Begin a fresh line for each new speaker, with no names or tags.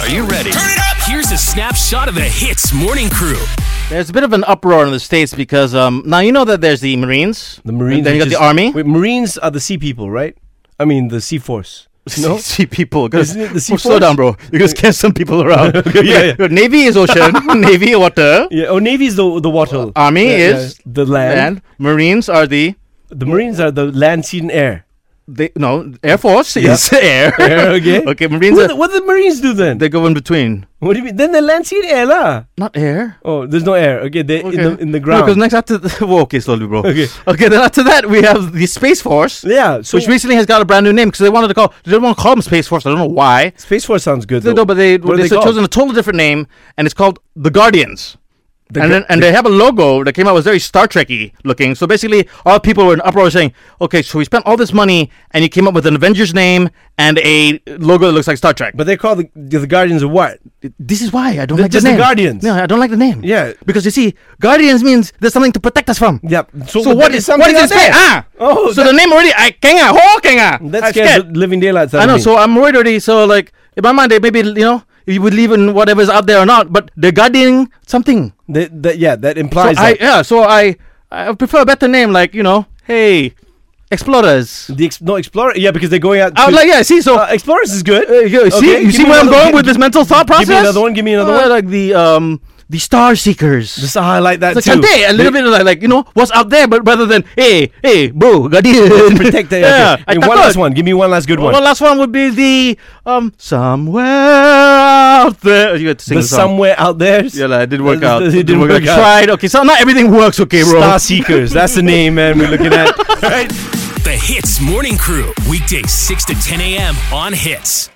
Are you ready? Turn it up! Here's a snapshot of the Hits Morning Crew.
There's a bit of an uproar in the states because um, now you know that there's the Marines.
The Marines.
Then you got
which
the
is-
Army.
Wait, Marines are the sea people, right? I mean, the sea force. No.
sea people. Cause,
Isn't it the sea
Oh, slow
force?
down, bro. You just send some people around.
yeah, yeah.
Your Navy is ocean. Navy water.
Yeah. Oh, navy is the the water.
Uh, Army
Yeah, yeah,
is
the land.
And Marines are the
The Marines are the land, sea, and air.
they no Air Force is air.
Air, okay.
okay, Marines.
What,
Are,
the, what do the Marines do then?
they go in between.
what do you mean? Then the land, sea, and air lah.
Not air.
Oh, there's no air. Okay, they in the in the ground.
Because next after the, well, okay, slowly, bro.
Okay.
Okay. Then after that we have the Space Force.
yeah. So
which recently has got a brand new name because they wanted to call they didn't want to call them Space Force. I don't know why.
space force sounds good.
No,
though.
but they
What are
they,
called?
chosen a totally different name, and it's called the Guardians.
The
and
gu-
then, and they have a logo that came out was very Star Trekky looking. So basically, all people were in uproar saying, "Okay, so we spent all this money, and you came up with an Avengers name and a logo that looks like Star Trek."
But they're called the, the Guardians of what?
this is why I don't
They're
like
just
the
the
name.
Guardians.
No, I don't like the name.
Yeah.
because you see, Guardians means there's something to protect us from.
Yeah.
So, what
there
is what is
out
this?
there.
Ah,
Oh,
so
that,
the name already. I kenga, ho kenga.
that
I'm
scares
scared.
the living daylights. out
I
of
know.
me.
So I'm worried already. So like in my mind, they maybe you know you would leave in whatever's out there or not, but they're guarding something.
that, that, yeah, that
So
implies
I
that.
yeah. So I I prefer a better name like you know hey explorers.
the ex- no explorer. Yeah, because they're going out.
I
to-
was like yeah. See so.
uh, explorers is good.
uh, you see,
Okay,
you
give
see
me
where I'm
another-
going
gi-
with this mental thought
give me
process.
another one, give me another
Uh,
one.
Like the um the star seekers.
Just I like that
It's
too.
like Sunday, a little bit of like, like you know what's out there, but rather than hey hey bro, guardian
Protect the
yeah.
okay. And
I
one
thought-
last one. Give me one last good one.
Well, last one would be the um somewhere out there. You had to sing
the
the song.
somewhere out there.
yeah, like, it didn't work
It
out.
didn't work out.
I tried. Okay, so not everything works. Okay, bro.
Star Seekers. That's the name, man. We're looking at. right.
The Hits Morning Crew, weekdays 6 to 10 a.m. on Hits.